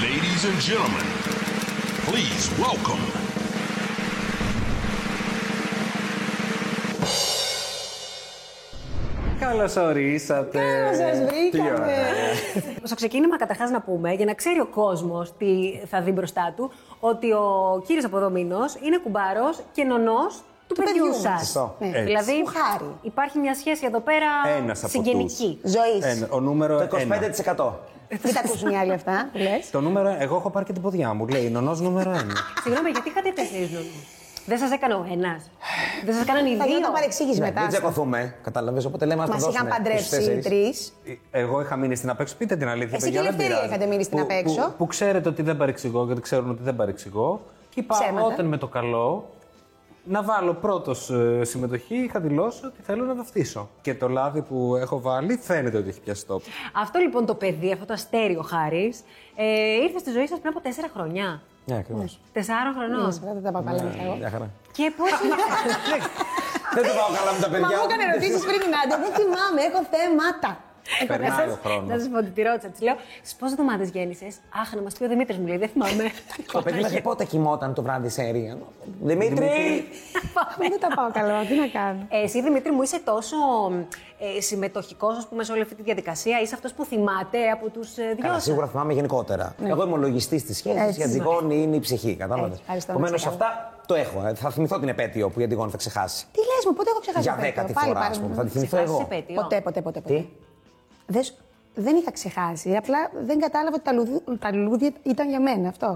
Ladies and gentlemen, please welcome. Καλώς ορίσατε. Καλώς σας βρήκαμε. Τι ωραία. Στο ξεκίνημα, καταρχάς να πούμε, για να ξέρει ο κόσμος τι θα δει μπροστά του, ότι ο κύριος Αποδομήνος είναι κουμπάρος και νονός του, παιδιού παιδιού μας. σας. Σωστό. Έτσι. Δηλαδή, Του χάρη. υπάρχει μια σχέση εδώ πέρα Ένας από συγγενική. Ζωής. Ένα, ο νούμερο Το 1. 25%. Μην τα ακούσουν οι άλλοι αυτά που λες. Το νούμερο, εγώ έχω πάρει και την ποδιά μου. Λέει νονός νούμερο 1. Συγγνώμη, γιατί είχατε τέσσερις νονούς. Δεν σας έκανε ο ένας. Δεν σας έκαναν οι Θα δύο. γινόταν παρεξήγηση Μην μετά. τσακωθούμε. Κατάλαβες. Οπότε λέμε να Μα το είχαν δώσουμε παντρεύσει στους οι τέσσερις. τρεις. Ε, Εγώ είχα μείνει στην απέξω. Πείτε την αλήθεια. Εσύ παιδιά, και η δεν Ελευθερία πειράζει. είχατε μείνει στην Που- απέξω. Που, που, ξέρετε ότι δεν παρεξηγώ, γιατί ξέρουν ότι δεν παρεξηγώ. Και είπα Ψέματα. όταν με το καλό να βάλω πρώτος συμμετοχή. Είχα δηλώσει ότι θέλω να βαφτίσω. Και το λάδι που έχω βάλει φαίνεται ότι έχει πιάσει τόπο. Αυτό λοιπόν το παιδί, αυτό το αστέριο χάρης, ε, ήρθε στη ζωή σας πριν από τέσσερα χρονιά. Ναι, ακριβώς. Τεσσάρων χρονών. Δεν τα πάω καλά μετά εγώ. Μια χαρά. Και πώς. Δεν το πάω καλά με τα Μα παιδιά. μου έκανε ερωτήσεις πριν την άντε. Δεν θυμάμαι, έχω θέματα. Περνάει ο χρόνο. Να σας πω ότι τη ρώτησα, της λέω Στι πόσες εβδομάδες γέννησες. Αχ, να μας πει ο Δημήτρης μου λέει, δεν θυμάμαι. Το παιδί μέχρι Ε, πότε κοιμόταν το βράδυ σε αίρια. Δημήτρη! Δεν τα πάω καλά, τι να κάνω. Ε, Εσύ, Δημήτρη, μου είσαι τόσο ε, συμμετοχικός, ας πούμε, σε όλη αυτή τη διαδικασία. Είσαι αυτός που θυμάται από τους ε, δυο Καλά, σας. σίγουρα θυμάμαι γενικότερα. Εγώ είμαι ο λογιστής της σχέσης Ναι. Έτσι. ναι. και Αντιγόνη είναι η ψυχή. Κατάλαβες. Έτσι, ευχαριστώ, Επομένω, να ξεκάθαρα. αυτά το έχω. Ε, Θα θυμηθώ την επέτειο που η Αντιγόνη θα ξεχάσει. Τι λες μου, πότε έχω ξεχάσει. Για το τέτοιο. δέκατη Πάλι φορά, πάρε α μου. πούμε. Θα τη θυμηθώ Ξεχάσεις εγώ. επέτειο. Ποτέ, ποτέ, ποτέ. ποτέ. Τι? Δεν σ- Δεν είχα ξεχάσει. Απλά δεν κατάλαβα ότι τα λουδ- τα λουλούδια ήταν για μένα αυτό.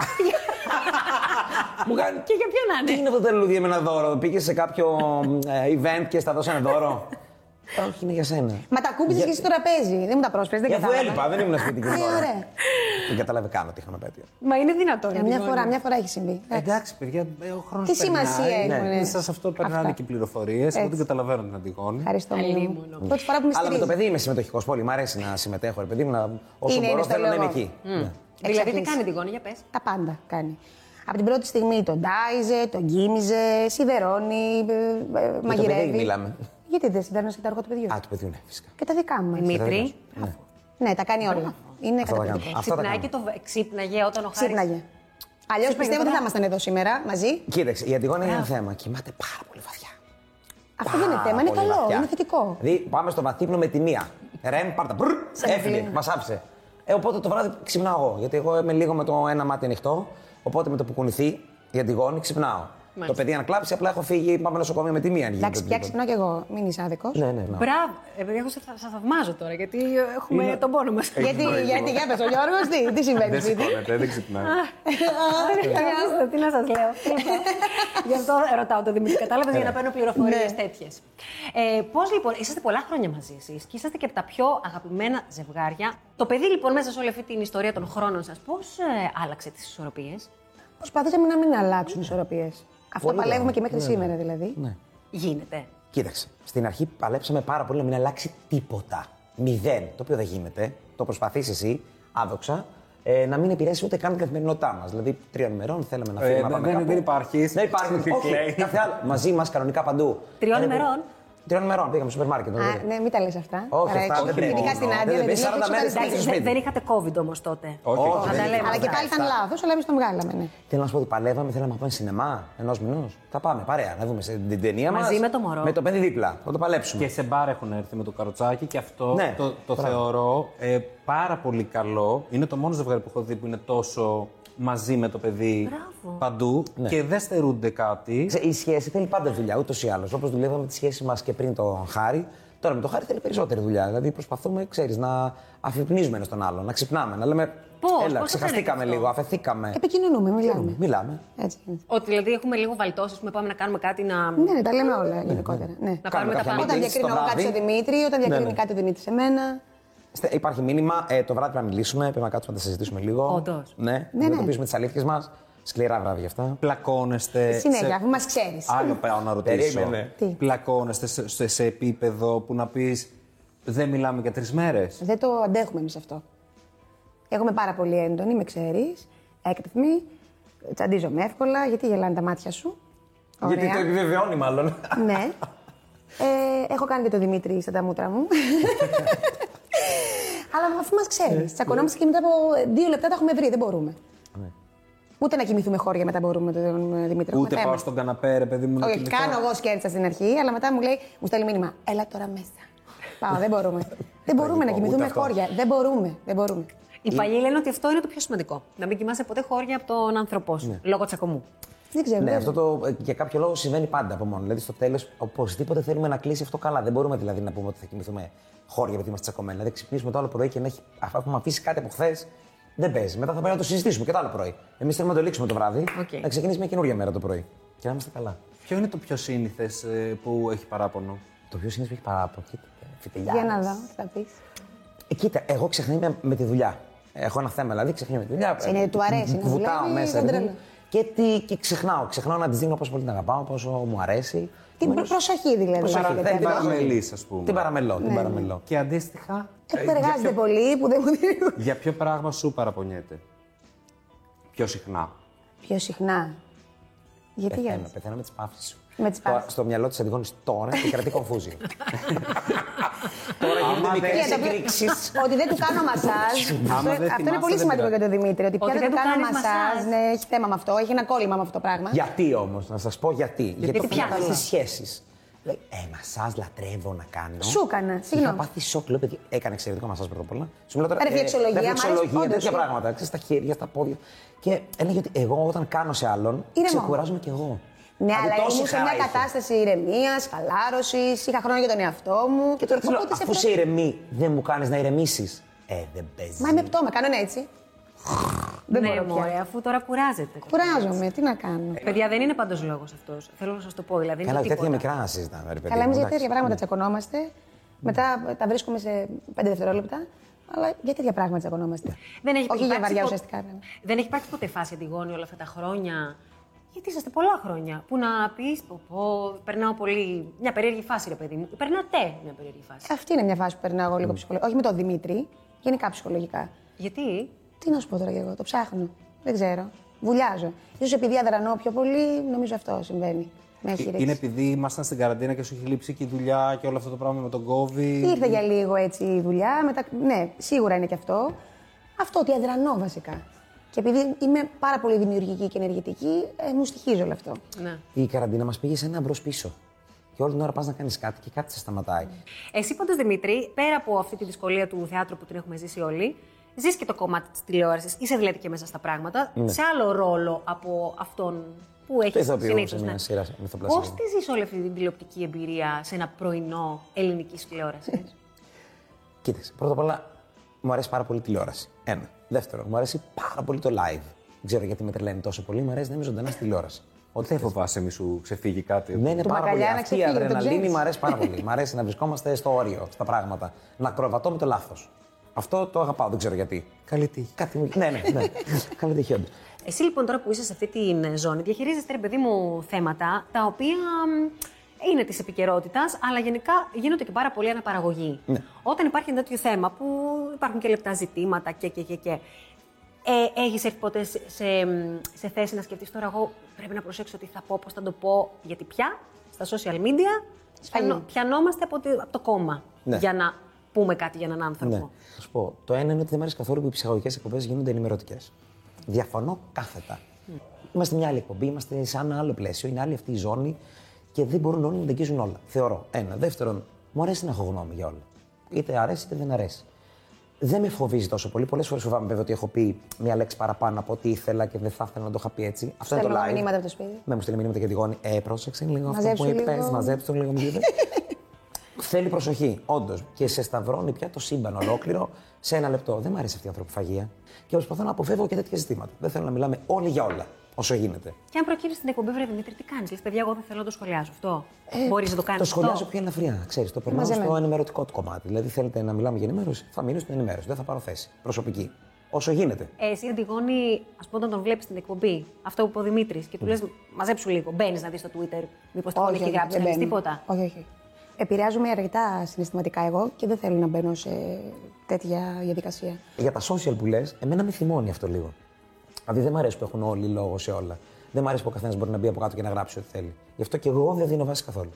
Μου κάνει. Και για ποιον Ναι. να Τι είναι. είναι αυτό το λουλούδι με ένα δώρο. Πήγες σε κάποιο ε, event και στα δώσανε δώρο. Όχι, είναι για σένα. Μα τα κούμπησε και εσύ στο τραπέζι. Δεν μου τα πρόσπε, δεν Γι' αυτό κατάλαβα. έλειπα, δεν ήμουν σπίτι και Ε, δεν ωραία. Δεν κατάλαβε καν ότι είχαμε επέτειο. Μα είναι δυνατόν. Ε, να Μια μην φορά, μπορεί. μια φορά έχει συμβεί. Εντάξει, παιδιά, ε, ο χρόνος Τι σημασία έχουν, ε. Σα αυτό περνάνε Αυτά. και πληροφορίε. Εγώ δεν καταλαβαίνω την Αντιγόνη. Ευχαριστώ πολύ. Αλίμονο. Πρώτη φορά που με Αλλά με το στηρίζει. παιδί είμαι συμμετοχικό πολύ. Μ' αρέσει να συμμετέχω, ρε παιδί μου. να- Όσο Είναι, μπορώ, είναι στο θέλω να είμαι λόγο. εκεί. Ναι. Δηλαδή, τι Εξακίνησε. κάνει την γόνη, για πες. Τα πάντα κάνει. Από την πρώτη στιγμή τον τάιζε, τον κοίμιζε, σιδερώνει, ε, ε, μαγειρεύει. παιδί μιλάμε. Γιατί δεν συντέρνωσε και τα αργό του παιδιού. Α, του παιδιού, ναι, φυσικά. Και τα δικά μου. έτσι. Δημήτρη, Ναι, τα κάνει όλα. Είναι Αυτά τα κάνω. καταπληκτικό. Αυτά τα ξυπνάει κάνω. και το βε- ξύπναγε όταν ο Χάρης. Ξύπναγε. Αλλιώς πιστεύω ότι θα ήμασταν εδώ σήμερα μαζί. Κοίταξε, η Αντιγόνη είναι ένα θέμα. Κοιμάται πάρα πολύ βαθιά. Αυτό δεν είναι Πάρα θέμα, είναι πολύ καλό, βαθιά. είναι θετικό. Δηλαδή, πάμε στο βαθύπνο με τη μία. Ρεμ, πάρτα. Μπρ, έφυγε, κλείνω. μας άφησε. Ε, οπότε το βράδυ ξυπνάω εγώ. Γιατί εγώ είμαι λίγο με το ένα μάτι ανοιχτό. Οπότε με το που κουνηθεί η Αντιγόνη ξυπνάω. Το παιδί αν κλάψει, απλά έχω φύγει, πάμε νοσοκομείο με τη μία. αν γίνει Εντάξει, το πια οτιδήποτε. ξυπνάω κι εγώ. Μην είσαι άδικος. Ναι, ναι, ναι. Μπράβο, επειδή ε, εγώ σε, θα, σε θαυμάζω τώρα, γιατί ε, έχουμε Είναι- τον πόνο μας. Ε, Γιατί, γιατί, για πες, ο Γιώργος, τι, τι συμβαίνει Δεν σπίτι. σηκώνεται, δεν ξυπνάει. Δεν χρειάζεται, τι να σας λέω. Λοιπόν, Γι' αυτό ρωτάω τον Δημήτρη. Κατάλαβες για να παίρνω πληροφορίες Ναι. τέτοιες. Ε, Πώς λοιπόν, είσαστε πολλά χρόνια μαζί εσείς και είσαστε και από τα πιο αγαπημένα ζευγάρια. Το παιδί λοιπόν μέσα σε όλη αυτή την ιστορία των χρόνων σας, πώς άλλαξε τις ισορροπίες. Προσπαθήσαμε να μην αλλάξουν ισορροπίες. Αυτό Πολύ παλεύουμε καλά. και μέχρι Ναι, σήμερα δηλαδή. ναι. Γίνεται. Κοίταξε, στην αρχή παλέψαμε πάρα πολύ να μην αλλάξει τίποτα. Μηδέν. Το οποίο δεν γίνεται. Το προσπαθείς εσύ, άδοξα, ε, να μην επηρέασει ούτε καν την καθημερινότητά μας. Δηλαδή, τριών ημερών θέλαμε να Ε, δεν- φύγουμε. να πάμε δεν- κάπου. δεν υπάρχει. Δεν υπάρχει. Τι λέει. Όχι, κάθε άλλο. Μαζί μας κανονικά παντού. Τριών Ε, ημερών. Τριών ημερών πήγαμε στο δηλαδή. σούπερ μάρκετ. τον Α, είδα. ναι, μην τα λες αυτά. Όχι, Παρά αυτά έξω. δεν πρέπει. Ειδικά στην Δεν άντια, πρέπει. δηλαδή, 40 έξω μέρες καταστάσεις. στο Εντάξει, σπίτι. δεν, δεν είχατε COVID όμως τότε. Όχι, Όχι, όχι, θα δεν τα είχα. λέμε. Αλλά και πάλι ήταν λάθο, αλλά εμείς τον βγάλαμε. ναι. Θέλω να σου πω ότι παλεύαμε, θέλαμε να πάμε σινεμά ενός μηνός. Θα πάμε παρέα, να δούμε σε- την ταινία μα. Μαζί με το μωρό. Με το παιδί δίπλα. Θα το παλέψουμε. Και σε μπαρ έχουν έρθει με το καροτσάκι και αυτό Ναι, το, το μπράβο. θεωρώ ε, πάρα πολύ καλό. Είναι το μόνο ζευγάρι που έχω δει που είναι τόσο μαζί με το παιδί Μπράβο. παντού και δεν στερούνται κάτι. Ξέρεις, Η σχέση θέλει πάντα δουλειά, ούτως ή άλλως. Όπως δουλεύαμε τη σχέση μας και πριν τον Χάρη, τώρα με τον Χάρη θέλει περισσότερη δουλειά. Δηλαδή προσπαθούμε, ξέρεις, να αφυπνίζουμε ένα τον άλλον, να ξυπνάμε, να λέμε. Πώς, έλα, πώς το ξεχαστήκαμε κάνετε αυτό?» λίγο, αφαιθήκαμε. Επικοινωνούμε, μιλάμε. Μιλάμε. Έτσι. είναι. Ότι δηλαδή έχουμε λίγο βαλτώσεις, πούμε, πάμε να κάνουμε κάτι να. Ναι, ναι, τα λέμε όλα γενικότερα. Ναι. Να πάρουμε τα κάποια πάντα. Όταν meetings διακρίνω το εγώ κάτι βράδυ. στο Δημήτρη, όταν διακρίνει ναι. κάτι ο Δημήτρη σε μένα. Στε- Υπάρχει μήνυμα, ε, το βράδυ πρέπει να μιλήσουμε, πρέπει να κάτσουμε να τα συζητήσουμε λίγο. Όντως. Ναι, να ναι. αντιμετωπίσουμε τις αλήθειες μας. Σκληρά βράδια αυτά. Πλακώνεστε. Ε, Συνέχεια, σε- αφού μας ξέρεις. Άλλο πάω να ρωτήσω. Περίμενε. Τι? Πλακώνεστε σε, σε- σε επίπεδο που να πεις δεν μιλάμε για τρεις μέρες. Δεν το αντέχουμε εμείς αυτό. Εγώ είμαι πάρα πολύ έντονη, με ξέρεις, έκρηθμη, τσαντίζομαι εύκολα, γιατί γελάνε τα μάτια σου. Γιατί το επιβεβαιώνει, μάλλον. ναι. Ε, έχω κάνει και τον Δημήτρη στα τα μούτρα μου. Ναι. Αλλά αφού μα ξέρει, τσακωνόμαστε και μετά από δύο λεπτά τα έχουμε βρει, δεν μπορούμε. Ούτε να κοιμηθούμε χώρια μετά μπορούμε με τον Δημήτρη. Ούτε Θέμα. πάω στον καναπέ, ρε παιδί μου, να Όχι, κοιμηθώ. κάνω εγώ σκέρτσα στην αρχή, αλλά μετά μου λέει, μου στέλνει μήνυμα. Έλα τώρα μέσα. Πάω, δεν μπορούμε. δεν μπορούμε να Τραγικό, ούτε κοιμηθούμε αυτό. χώρια. Δεν μπορούμε. Δεν μπορούμε. Οι παλιοί λένε ότι αυτό είναι το πιο σημαντικό. Να μην κοιμάσαι ποτέ χώρια από τον άνθρωπό σου. Ναι. Λόγω τσακωμού. Δεν ξέρω. Ναι, δεν- αυτό το, ε, για κάποιο λόγο συμβαίνει πάντα από μόνο. Δηλαδή στο τέλος, οπωσδήποτε θέλουμε να κλείσει αυτό καλά. Δεν μπορούμε δηλαδή να πούμε ότι θα κοιμηθούμε χώρια γιατί είμαστε τσακωμένοι. Δηλαδή ξυπνήσουμε το άλλο πρωί και να έχει, αφού έχουμε αφήσει κάτι από χθες, δεν παίζει. Μετά θα πρέπει να το συζητήσουμε και το άλλο πρωί. Εμείς θέλουμε να το λήξουμε το βράδυ, Οκ. να ξεκινήσει μια καινούργια μέρα το πρωί. Και να είμαστε καλά. Ποιο είναι το πιο σύνηθες που έχει παράπονο. Το πιο συνήθω έχει παράπονο. Κοίτα, φιτελιά. Για να δω, τι θα πεις. Ε, Κοίτα, εγώ ξεχνάμε με τη δουλειά. Έχω ένα θέμα, δηλαδή ξεχνάμε με τη δουλειά. Είναι- του αρέσει να Βουτάω δουλεύεις, μέσα. δεν ρε παιδί τρελό. μου. Και, τι, και ξεχνάω. Ξεχνάω να της δίνω πόσο πολύ την αγαπάω, πόσο μου αρέσει. Την Επομένως, προσοχή δηλαδή. προσοχή. Δεν Δεν την- υπάρχει. παραμελείς, ας πούμε. Την παραμελώ, Ναι, την παραμελώ. Και αντίστοιχα. ε, Που για εργάζεται ποιο- πολύ, που δεν μου δίνει. Για ποιο πράγμα σου παραπονιέται. Πιο συχνά. Πιο συχνά. Γιατί για Πεθαίνω, Ναι, πεθαίνω με τις παύσει σου. Με τις Τώρα, παύσεις. Στο μυαλό της Αντιγόνης τώρα και κρατεί κομφούζιο. τώρα γίνονται μικρέ Κοίτα, εκρήξεις. Ότι δεν του κάνω μασάζ. Αυτό- Άμα δεν Αυτό είναι θυμάσαι, πολύ δεν σημαντικό για πειράζει. τον Δημήτρη. Ότι πια Ότι δεν δεν του του κάνω κάνεις μασάζ. μασάζ. Ναι, έχει θέμα με αυτό. Έχει ένα κόλλημα με αυτό το πράγμα. γιατί όμως, να σας πω γιατί. Γιατί, τι πιάνεις. τις σχέσεις. Λέει, ε, μασάζ λατρεύω να κάνω. Σου έκανα, συγγνώμη. Είχα πάθει σοκ, λέω, «Παιδιά, έκανε εξαιρετικό μασάζ πρώτα απ' όλα. Σου μιλάω τώρα. ε, Ρεφλεξολογία, μ' αρέσει, ρεφλεξολογία, όντως, τέτοια ε. πράγματα. Ξέρεις, στα χέρια, στα πόδια. Και έλεγε ότι εγώ όταν κάνω σε άλλον, Ηρεμώ. ξεκουράζομαι κι εγώ. Ναι, Δηλαδή, αλλά τόση ήμουν σε χαρά μια είχα. κατάσταση ηρεμίας, χαλάρωσης. Είχα χρόνο για τον εαυτό μου. Και τώρα τη λέω, Οπότε σε αφού αυτό- σε ηρεμεί, δεν μου κάνεις να ηρεμήσεις. Ε, δεν παίζει. Μα ναι, είμαι πτώμα, κάνω ένα έτσι. Δεν ναι, μπορώ πια. μωρέ, αφού τώρα κουράζεται. Κουράζομαι, τι να κάνω. Ε, Παιδιά, δεν είναι πάντως λόγος αυτός. Θέλω να σας το πω. Δηλαδή, Καλά, είναι τέτοια τίποτα. μικρά να συζητάμε. Ρε, παιδί Καλά, μου, εμείς για εντάξει. Ναι. τέτοια πράγματα τσακωνόμαστε. Μετά ε, τα βρίσκουμε σε 5 δευτερόλεπτα. Αλλά για τέτοια πράγματα Ναι. τσακωνόμαστε. Δεν έχει Όχι για υπάρξει βαριά πο- ουσιαστικά ναι, πράγματα. Δεν έχει υπάρξει ποτέ φάση αντιγόνη όλα αυτά τα χρόνια. Γιατί είσαστε πολλά χρόνια. Που να πεις, πω, πω, περνάω πολύ. Μια περίεργη φάση, ρε παιδί μου. Περνάτε μια περίεργη φάση. Αυτή είναι μια φάση που περνάω εγώ Mm. λίγο ψυχολογικά. Όχι με τον Δημήτρη, γενικά ψυχολογικά. Γιατί. Τι να σου πω τώρα κι εγώ, το ψάχνω. Δεν ξέρω. Βουλιάζω. σω επειδή αδρανώ πιο πολύ, νομίζω αυτό συμβαίνει. Με έχει Ε, ρίξει. Είναι επειδή ήμασταν στην καραντίνα και σου έχει λείψει και η δουλειά και όλο αυτό το πράγμα με τον COVID. Ήρθε για λίγο έτσι η δουλειά. Μετά, ναι, σίγουρα είναι και αυτό. Αυτό ότι αδρανώ βασικά. Και επειδή είμαι πάρα πολύ δημιουργική και ενεργητική, ε, μου στοιχίζει όλο αυτό. Ναι. Η καραντίνα μας πήγε σε ένα μπρος πίσω. Και όλη την ώρα πας να κάνεις κάτι και κάτι σε σταματάει. Εσύ πάντω, Δημήτρη, πέρα από αυτή τη δυσκολία του θεάτρου που την έχουμε ζήσει όλοι, ζεις και το κομμάτι της τηλεόρασης. Είσαι δηλαδή και μέσα στα πράγματα. Ναι. Σε άλλο ρόλο από αυτόν που έχεις ηθοποιό σε συνήθω. μια σειρά Πώ μυθοπλασίας. τη ζεις όλη αυτή την τηλεοπτική εμπειρία σε ένα πρωινό ελληνικής τηλεόρασης. Κοίταξε, πρώτα απ' όλα μου αρέσει πάρα πολύ η τηλεόραση. Ένα. Δεύτερον, μου αρέσει πάρα πολύ το live. Δεν ξέρω γιατί με τρελαίνει τόσο πολύ, μου αρέσει να είμαι ζωντανά στη τηλεόραση. Ότι δεν φοβάσαι, μη σου ξεφύγει κάτι. Ναι, είναι Το πάρα πολύ. μπακαλιά να Αυτή η ξεφύγει, το αδρεναλίνη ξέρεις. μου αρέσει πάρα πολύ. Μ' αρέσει να βρισκόμαστε στο όριο, στα πράγματα. Να κροβατώ με το λάθος. Αυτό το αγαπάω, δεν ξέρω γιατί. Καλή τύχη. Κάτι μου. ναι, ναι, ναι. Καλή τύχη, όντως. Εσύ λοιπόν τώρα που είσαι σε αυτή τη ζώνη, διαχειρίζεσαι ρε παιδί μου θέματα τα οποία μ, είναι της επικαιρότητας, αλλά γενικά γίνονται και πάρα πολύ αναπαραγωγή. Ναι. Όταν υπάρχει ένα τέτοιο θέμα που υπάρχουν και λεπτά ζητήματα και και και. και ε, Έχεις έρθει ποτέ σε, σε, μ, σε θέση να σκεφτείς τώρα, εγώ πρέπει να προσέξω τι θα πω, πώς θα το πω, γιατί πια στα social media Σφαλή. πιανο- πιανόμαστε από, το- από το κόμμα Ναι. για να πούμε κάτι για έναν άνθρωπο. Ναι. Θα σου πω. Το ένα είναι ότι δεν μου αρέσει καθόλου που οι ψυχαγωγικές εκπομπές γίνονται ενημερωτικές. Διαφωνώ κάθετα. Είμαστε μια άλλη εκπομπή, είμαστε σε ένα άλλο πλαίσιο, είναι άλλη αυτή η ζώνη και δεν μπορούν όλοι να τα αγγίζουν όλα. Θεωρώ. Ένα. Δεύτερον, μου αρέσει να έχω γνώμη για όλα. Είτε αρέσει είτε δεν αρέσει. Δεν με φοβίζει τόσο πολύ. Πολλές φορές φοβάμαι βέβαια ότι έχω πει μια λέξη παραπάνω από ό,τι ήθελα και δεν θα ήθελα να το είχα πει έτσι. Αυτό είναι το Στέλνω live. μηνύματα από το σπίτι. Ναι, μου στέλνει μηνύματα και τη γόνη. Ε, πρόσεξε λίγο αυτό που Μαζέψου είπες. λίγο. Μαζέψτε λίγο. μου γίνεται. Θέλει προσοχή, όντως. Και σε σταυρώνει πια το σύμπαν ολόκληρο σε ένα λεπτό. Δεν μου αρέσει αυτή η ανθρωποφαγία. Και προσπαθώ να αποφεύγω και τέτοια ζητήματα. Δεν θέλω να μιλάμε όλοι για όλα, όσο γίνεται. Και αν προκύψει την εκπομπή, βρε Δημήτρη, τι κάνεις. Λες, παιδιά, εγώ δεν θέλω να το σχολιάσω αυτό. Ε, Μπορείς να το κάνεις. Το σχολιάζω πιο ελαφριά, ξέρεις. Το περνάω στο Μαζεμένα. ενημερωτικό του κομμάτι. Δηλαδή, θέλετε να μιλάμε για ενημέρωση, θα μείνω στην ενημέρωση. Δεν θα πάρω θέση. Προσωπική. Όσο γίνεται. Ε, Εσύ, Αντιγόνη, ας πούμε, όταν τον βλέπεις στην εκπομπή, αυτό που είπε ο Δημήτρης, Mm. και του λες, μαζέψου λίγο. Μπαίνεις να δεις στο Twitter, μήπω τυχόν έχει γράψεις δεν κανείς μπαίνω. τίποτα. Όχι, όχι. Επηρεάζομαι αρκετά συναισθηματικά εγώ και δεν θέλω να μπαίνω σε τέτοια διαδικασία. Για τα social που λες, εμένα με θυμώνει αυτό λίγο. Δηλαδή δεν μου αρέσει που έχουν όλοι λόγο σε όλα. Δεν μου αρέσει που ο καθένας μπορεί να μπει από κάτω και να γράψει ό,τι θέλει. Γι' αυτό και εγώ δεν δίνω βάση καθόλου.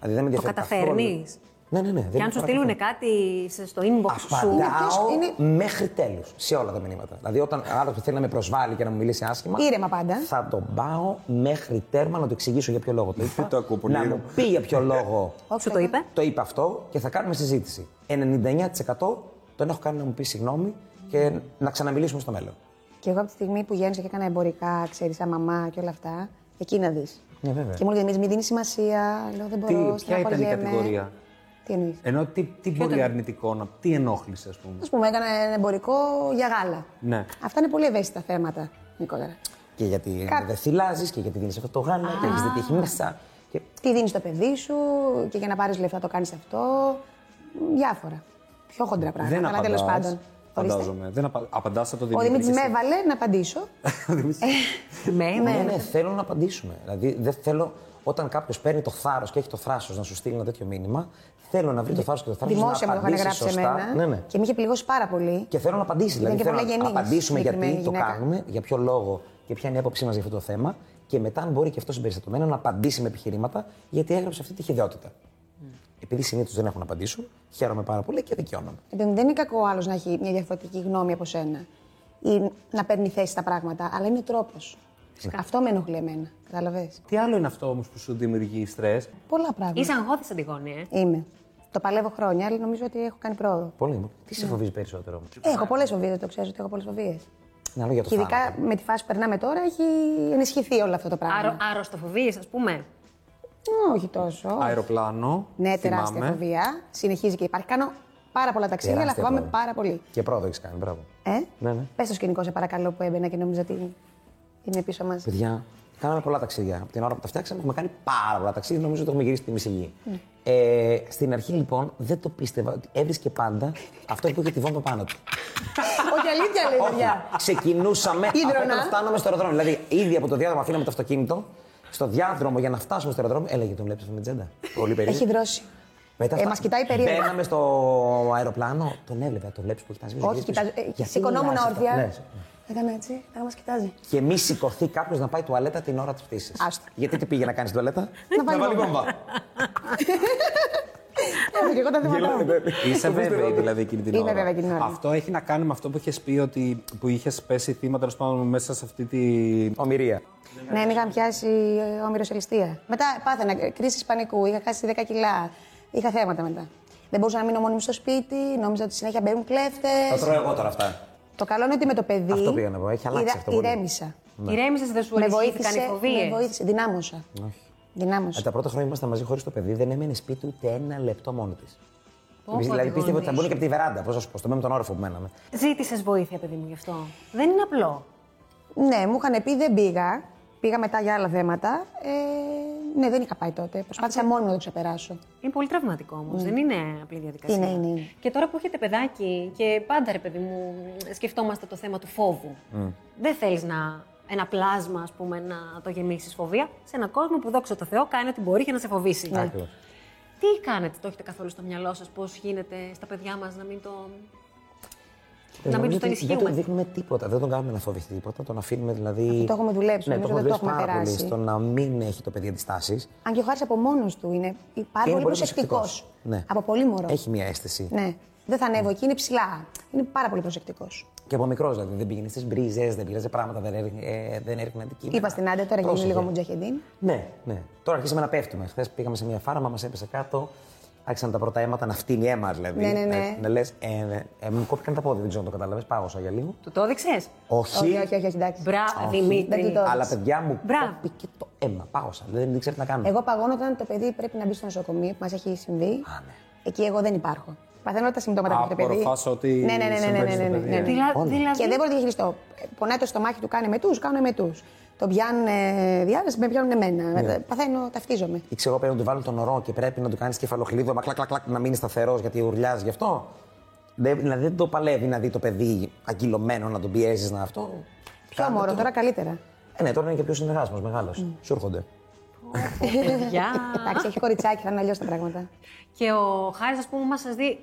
Δηλαδή δεν με Το ενδιαφέρει καθόλου. καταφέρνεις? Ναι, ναι, ναι. Και αν σου στείλουν κάτι σε- στο inbox σου. Απαντάω Είναι- μέχρι τέλους σε όλα τα μηνύματα. Δηλαδή, όταν άνθρωπο θέλει να με προσβάλλει και να μου μιλήσει άσχημα. Ήρεμα πάντα. Θα τον πάω μέχρι τέρμα να του εξηγήσω για ποιο λόγο το είπα. Το ακούω πολύ να ήρεμα. μου πει για ποιο λόγο Σου το είπε. Mm. το είπα αυτό και θα κάνουμε συζήτηση. 99% τον έχω κάνει να μου πει συγγνώμη και να ξαναμιλήσουμε στο μέλλον. Και εγώ από τη στιγμή που γέννησα και έκανα εμπορικά, ξέρεις, σαν μαμά και όλα αυτά, εκεί να δεις. Ναι, βέβαια. Και μου λέει, μην δίνεις σημασία, λέω δεν Τι- μπορώ. ποια ήταν η στεναχωριέμαι». κατηγορία? Τι εννοείς. Ενώ τι, τι μπορεί αρνητικό να. Τι ενόχλησε, ας πούμε. Ας πούμε, έκανα ένα εμπορικό για γάλα. Ναι. Αυτά είναι πολύ ευαίσθητα θέματα, Νικόλαρα. Και γιατί Κα- δεν θυλάζεις και γιατί δίνεις αυτό το γάλα και έχεις δει τι έχει μέσα. Και Τι δίνεις στο παιδί σου και για να πάρεις λεφτά το κάνεις αυτό. Μ, Διάφορα. Πιο χοντρά πράγματα. δεν αλλά τέλο απαντάς, πάντων. Ορίστε. Φαντάζομαι. Δεν απα... απαντάς από το Ο Δημήτρη. Δημήτρη και με εσύ. έβαλε να απαντήσω. Ε, Ο Δημήτρης. Με, Ναι, με. ναι, θέλω να απαντήσουμε. Δηλαδή, δεν θέλω όταν κάποιος παίρνει το θάρρος και έχει το θράσος να σου στείλει ένα τέτοιο μήνυμα, θέλω να βρει το θάρρος και το θράσος να Δημόσια μου το είχαν απαντήσει γράψει σωστά. εμένα. Ναι, ναι. Και με είχε πληγώσει πάρα πολύ. Και θέλω να απαντήσει. Δηλαδή, και θέλω πολλά να γεννήγηση απαντήσουμε γιατί συγκεκριμένη το γυναίκα. κάνουμε, για ποιο λόγο και ποια είναι η άποψή μας για αυτό το θέμα. Και μετά, αν μπορεί και αυτό συμπεριστατωμένο να απαντήσει με επιχειρήματα, γιατί έγραψε αυτή τη χειδιότητα. Mm. Επειδή συνήθως δεν έχω να απαντήσω, χαίρομαι πάρα πολύ και δικαιώνομαι. Επειδή δεν είναι κακό ο άλλος να έχει μια διαφορετική γνώμη από σένα ή να παίρνει θέση στα πράγματα, αλλά είναι ο τρόπος. Ναι. Αυτό με ενοχλεί εμένα. Κατάλαβε. Τι άλλο είναι αυτό όμως που σου δημιουργεί στρες. Πολλά πράγματα. Είσαι αγχώδης, Αντιγόνη, ε. Είμαι. Το παλεύω χρόνια, αλλά νομίζω ότι έχω κάνει πρόοδο. Πολύ. μου. Τι Mm. σε φοβίζει περισσότερο όμως. Έχω πολλές φοβίες, δεν το ξέρω ότι έχω πολλές φοβίες. Να λέω για το Και θάνατο. ειδικά με τη φάση που περνάμε τώρα έχει ενισχυθεί όλο αυτό το πράγμα. Άρρο, άρρωστοφοβίες, ας πούμε. Όχι τόσο. Αεροπλάνο. Ναι, τεράστια θυμάμαι. φοβία. Συνεχίζει και υπάρχει. Κάνω πάρα πολλά ταξίδια, αλλά Τεράστια φοβάμαι πρόοδο. πάρα πολύ. Και πρόοδο έχεις κάνει, μπράβο. Ε? Ναι, ναι. Πες το σκηνικό, σε παρακαλώ, που έμπαινα και νόμιζα ότι είναι πίσω μας. Παιδιά, κάναμε πολλά ταξίδια. Από την ώρα που τα φτιάξαμε, έχουμε κάνει πάρα πολλά ταξίδια. Νομίζω ότι έχουμε γυρίσει τη μισή γη. Mm. Ε, στην αρχή, λοιπόν, δεν το πίστευα ότι έβρισκε πάντα αυτό που είχε τη βόμβα πάνω του. Όχι, αλήθεια λέει, Όχι. Ε, παιδιά. Ξεκινούσαμε από Ίδρωνα. όταν φτάναμε στο αεροδρόμιο. Δηλαδή, ήδη από το διάδρομο αφήναμε το αυτοκίνητο. Στο διάδρομο για να φτάσουμε στο αεροδρόμιο, έλεγε τον βλέπεις με τσέντα. Πολύ περίεργο. Έχει δρώσει. Μετά Ε, αυτά- μας κοιτάει περίεργα. Μπαίναμε στο αεροπλάνο, τον έβλεπε, το βλέπεις που κοιτάζει. Όχι, κοιτάζω. ε, Σηκωνόμουν Ναι, όρθια. Έκανα έτσι, να μας κοιτάζει. Και μη σηκωθεί κάποιος να πάει τουαλέτα την ώρα της πτήσης. Άστα. Γιατί τι πήγε να κάνεις τουαλέτα. Να βάλει βόμβα. Και εγώ τα θυμάμαι. Είσαι βέβαιη δηλαδή εκείνη την Είμαι ώρα. βέβαιη εκείνη την ώρα. ναι. Αυτό έχει να κάνει με αυτό που είχες πει ότι που είχες πέσει θύμα τέλος πάντων μέσα σε αυτή τη. Ομοιρία. Ναι, με είχαν πιάσει όμοιρο ελιστία. Μετά πάθαινα κρίση πανικού, είχα χάσει 10 κιλά. Είχα θέματα μετά. Δεν μπορούσα να μείνω μόνη μου στο σπίτι, νόμιζα ότι συνέχεια μπαίνουν Τα κλέφτε. τρώω εγώ τώρα αυτά. Το καλό είναι ότι με το παιδί. Αυτό πήγα να πω, έχει αλλάξει αυτό πολύ. Ηρέμησα. Ηρέμησες, δεν σου Ναι. Με ενισχύθηκαν οι βοήθησε, με φοβίες. βοήθησε. Δυνάμωσα. Ε, Δυνάμωσα. Τα πρώτα χρόνια ήμασταν μαζί χωρίς το παιδί, δεν έμενε σπίτι ούτε ένα λεπτό μόνο της. Πω, πω, Δηλαδή πίστευα ότι θα Αντιγόνη. μπουν και από τη βεράντα. Πώς να σου πω, στο μέλλον τον όροφο που μέναμε. Ζήτησες βοήθεια, παιδί μου, γι' αυτό. Δεν είναι απλό. Ναι, μου είχαν πει δεν πήγα. Πήγα μετά για άλλα θέματα. Ε, ναι, δεν είχα πάει τότε. Προσπάθησα μόνο να το ξεπεράσω. Είναι πολύ τραυματικό όμως. Δεν είναι απλή διαδικασία. Ναι. Είναι, είναι, είναι. Και τώρα που έχετε παιδάκι και πάντα ρε παιδί μου, σκεφτόμαστε το θέμα του φόβου. Δεν θέλεις να ένα πλάσμα, ας πούμε, να το γεμίσεις φοβία σε έναν κόσμο που δόξα τω Θεώ κάνει ό,τι μπορεί για να σε φοβήσει. Ναι. Ναι. Ακριβώς. Τι κάνετε, το έχετε καθόλου στο μυαλό σας, πώς γίνεται στα παιδιά μας να μην το. Να μην του Νομίζω το ότι Ε, Δεν ενισχύουμε. του δείχνουμε τίποτα. Δεν τον κάνουμε να φοβηθεί τίποτα. Τον αφήνουμε δηλαδή. Αυτό το έχουμε δουλέψει, Ναι, το νομίζω δεν έχουμε το δουλέψει πάρα έχουμε περάσει. πολύ. Στο να μην έχει το παιδί αντιστάσεις. Αν και ο Χάρης από μόνος του είναι πάρα πολύ προσεκτικό. Ναι. Από πολύ μωρό. Έχει μια αίσθηση. Ναι. Δεν θα ανέβω εκεί, είναι ψηλά. Είναι πάρα πολύ προσεκτικός. Και από μικρός δηλαδή. Δεν πήγαινε στις μπρίζες, δεν πήραζε πράγματα, δεν, έρ, ε, δεν έρχεται αντικείμενα. Είπα στην άντε, τώρα γίνει Πρόσεχε. λίγο μουτζαχεντίν. Ναι, ναι. Τώρα αρχίσαμε να πέφτουμε. Χθες πήγαμε σε μια φάρμα, μας έπεσε κάτω. Άρχισαν τα πρώτα αίματα να φτύνει αίμα, δηλαδή. Ναι, ναι, ναι. Να, να λες, ε, ναι. Ε, μου κόπηκαν τα πόδια, δεν ξέρω αν το κατάλαβε. Πάγωσα για λίγο. Του το έδειξες. Όχι, Όχι, όχι, όχι, εντάξει. Μπράβο, Δεν Δημήτρη. του το- αλλά παιδιά μου Μπράβο. κόπηκε το αίμα. Πάγωσα. Δηλαδή δεν ξέρω τι να κάνω. Εγώ παγώνω όταν το παιδί πρέπει να μπει στο νοσοκομείο που μας έχει συμβεί. ναι. Εκεί εγώ δεν υπάρχω. Παθαίνω όλα τα συμπτώματα που έχει το παιδί. Απορροφάς ό,τι Ναι, ναι, ναι, ναι, ναι, συμβαίνει στο ναι, ναι, παιδί, ναι, ε. ναι. Δηλα- Όλα. δηλαδή. Και δεν μπορεί να διαχειριστώ. Πονάει το στομάχι του, κάνει με τους, κάνω με τους. Τον πιάνουν διάρεση, με πιάνουν εμένα. Ε, Παθαίνω, ταυτίζομαι. Ήξερα εγώ πρέπει να του βάλουν τον ορό και πρέπει να του κάνεις κεφαλοχλείδωμα, κλακ, κλακ, κλακ, να μείνεις σταθερός γιατί ουρλιάζει γι' αυτό. Δεν, δηλαδή δεν το παλεύει να δει το παιδί αγκυλωμένο, να τον πιέζεις να αυτό. Πιο Κάντε μωρό, το. τώρα καλύτερα. Ε, ναι, τώρα είναι και πιο συνεργάσιμος, μεγάλος. Σου έρχονται. Γεια. Ε, Εντάξει, έχει κοριτσάκι, θα είναι αλλιώς τα πράγματα. Και ο Χάρης, ας πούμε, μας σας δει.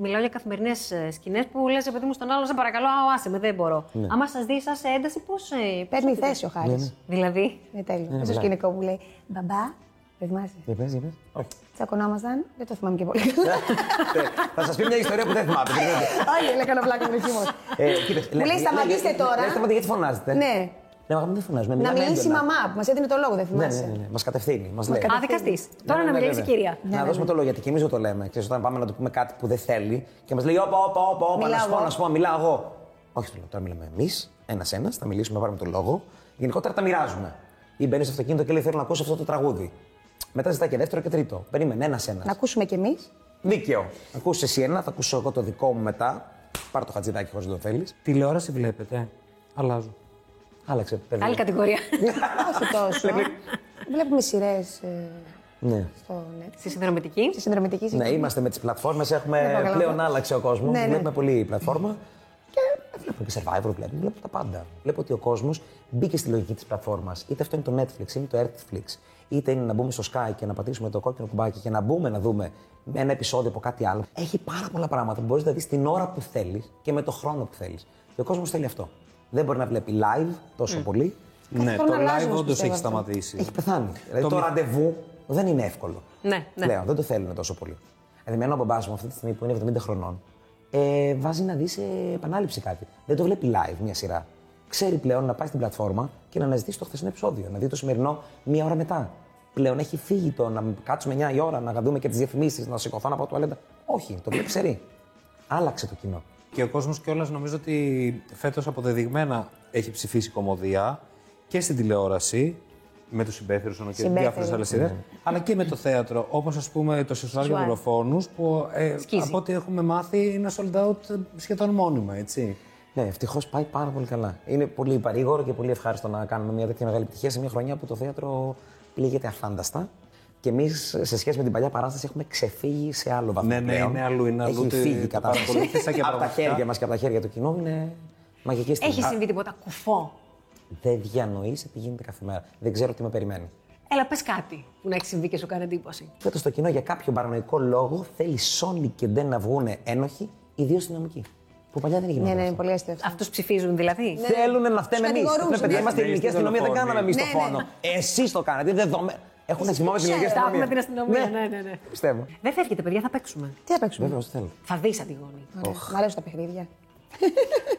Μιλάω για καθημερινές σκηνές που λες, παιδί μου, στον άλλο, σε παρακαλώ, α, άσε με, δεν μπορώ. Ναι. Άμα σας δει, εσά σε ένταση, πώς. Παίρνει θέση ο Χάρη. Δηλαδή. Ναι, Είναι τέλειο. Αυτό το σκηνικό που λέει Μπαμπά, Δεν θυμάσαι. Για πες, για πες. Όχι. Τσακωνόμασταν, δεν το θυμάμαι και πολύ καλά. Ναι. Θα σας πει μια ιστορία που δεν θυμάται. Ε, Όχι, λέει κάνω πλάκα με χειμώνα. Μου λέει σταματήστε τώρα. Σταματήστε γιατί φωνάζετε. Ναι. Ναι, μα δεν φωνάζουμε. Να μιλάμε μιλήσει η έντονα. μαμά που μας έδινε το λόγο, δεν Ναι, ναι, θυμάσαι. ναι, ναι. Μας κατευθύνει. Μας λέει. κατευθύνει. Α, δικαστής. Ναι, Τώρα ναι, να ναι, μιλήσει η βέβαια. κυρία. Να δώσουμε ναι. το λόγο, γιατί και εμεί δεν το λέμε. Ξέρεις, όταν πάμε να του πούμε κάτι που δεν θέλει και μας λέει: Όπα, όπα, όπα, όπα, να Μιλάω σου πω, εγώ. να σου πω, μιλάω εγώ. Όχι, του λέω, τώρα μιλάμε εμείς, ένα-ένα, θα μιλήσουμε, πάρουμε το λόγο. Γενικότερα τα μοιράζουμε. Ή μπαίνει στο αυτοκίνητο και λέει: Θέλω να ακούσω αυτό το τραγούδι. Μετά ζητά και δεύτερο και τρίτο. Περίμενε, ένα-ένα. Να ακούσουμε κι εμείς. Δίκαιο. Ακούσες εσύ ένα, θα ακούσω εγώ το δικό μου μετά. Πάρ το χατζηδάκι χωρίς να το θέλεις. Τηλεόραση βλέπετε. Αλλάζω. Άλλαξε, παιδί. Άλλη κατηγορία. Όχι τόσο. Βλέπουμε σειρές Ναι. στο net. Στη συνδρομητική. Στη συνδρομητική Ναι, συχνά. είμαστε με τις πλατφόρμες. Ναι, Έχουμε καλά. πλέον άλλαξε ο κόσμος. Ναι, ναι. Βλέπουμε πολύ πλατφόρμα. Και βλέπουμε και survivor, βλέπουμε, βλέπουμε τα πάντα. Βλέπω ότι ο κόσμος μπήκε στη λογική της πλατφόρμας. Είτε αυτό είναι το Netflix, είναι το Earthflix, είτε είναι να μπούμε στο Sky και να πατήσουμε το κόκκινο κουμπάκι και να μπούμε να δούμε ένα επεισόδιο από κάτι άλλο. Έχει πάρα πολλά πράγματα που μπορείς να δεις την ώρα που θέλεις και με το χρόνο που θέλεις. Και ο κόσμος θέλει αυτό. Δεν μπορεί να βλέπει live τόσο πολύ. Κάθε Ναι, χρόνο το live αλλάζουμε, όντω πιστεύω έχει αυτό. σταματήσει. Έχει πεθάνει. Δηλαδή Το το, μη- ραντεβού δεν είναι εύκολο. Ναι, ναι. Λέω, δεν το θέλουν τόσο πολύ. Δηλαδή, εμένα ο μπαμπάς μου αυτή τη στιγμή που είναι 70 χρονών, ε, βάζει να δεις σε επανάληψη κάτι. Δεν το βλέπει live μια σειρά. Ξέρει πλέον να πάει στην πλατφόρμα και να αναζητήσει το χθεσινό επεισόδιο, να δει το σημερινό μία ώρα μετά. Πλέον έχει φύγει το να κάτσουμε 9 η ώρα, να δούμε και τις διαφημίσεις, να σηκωθώ να πάω τουαλέτα. Όχι, το βλέπει ξερή. Άλλαξε το κοινό. Και ο κόσμος κιόλας νομίζω ότι φέτος αποδεδειγμένα έχει ψηφίσει κομμωδία και στην τηλεόραση με τους συμπέθερου και Συμπέθεροι. διάφορες άλλες σειρές, αλλά και με το θέατρο. Όπως ας πούμε το Σεσουάρ για Σεσουάρ. δολοφόνους, που ε, Σκίζει. από ό,τι έχουμε μάθει είναι sold out σχεδόν μόνιμα, έτσι. Ναι, ευτυχώς πάει πάρα πολύ καλά. Είναι πολύ παρήγορο και πολύ ευχάριστο να κάνουμε μια τέτοια μεγάλη επιτυχία σε μια χρονιά που το θέατρο πλήγεται αφάνταστα. Και εμείς σε σχέση με την παλιά παράσταση έχουμε ξεφύγει σε άλλο βαθμό. Ναι, ναι, πλέον. είναι αλλού, είναι αλλού, Έχει τη- φύγει η το κατάσταση. παρακολούθησα και από τα πραγματικά. χέρια μας και από τα χέρια του κοινού είναι μαγική στιγμή. Έχει Α, συμβεί τίποτα κουφό. Δεν διανοείσαι τι γίνεται κάθε μέρα. Δεν ξέρω τι με περιμένει. Έλα, πες κάτι που να έχει συμβεί και σου κάνει εντύπωση. Φέτος το κοινό για κάποιο παρανοϊκό λόγο θέλει Sony και δεν να βγουν ένοχοι, ιδίως νομική. Που παλιά δεν Ναι, γινόταν. ναι, αυτό. είναι πολύ αστείο αυτό. Αυτούς ψηφίζουν δηλαδή. Θέλουν να φταίμε Τους εμείς. κατηγορούσαν, Ναι, παιδιά, ναι. είμαστε η ελληνική Ναι, αστυνομία, δεν ναι. κάναμε εμείς το Ναι, ναι. φόνο. Εσείς το κάνατε, δεδομένα. Έχουν θυμόμαστε την το ελληνική ξέρετε. αστυνομία. Έχουμε την αστυνομία, ναι, ναι, ναι. Πιστεύω. Δεν φεύγετε, παιδιά, θα παίξουμε. Τι θα παίξουμε. Βέβαια, όσο θέλω. Θα δεις Αντιγόνη. Ωραία. Μ' αρέσουν τα παιχνίδια.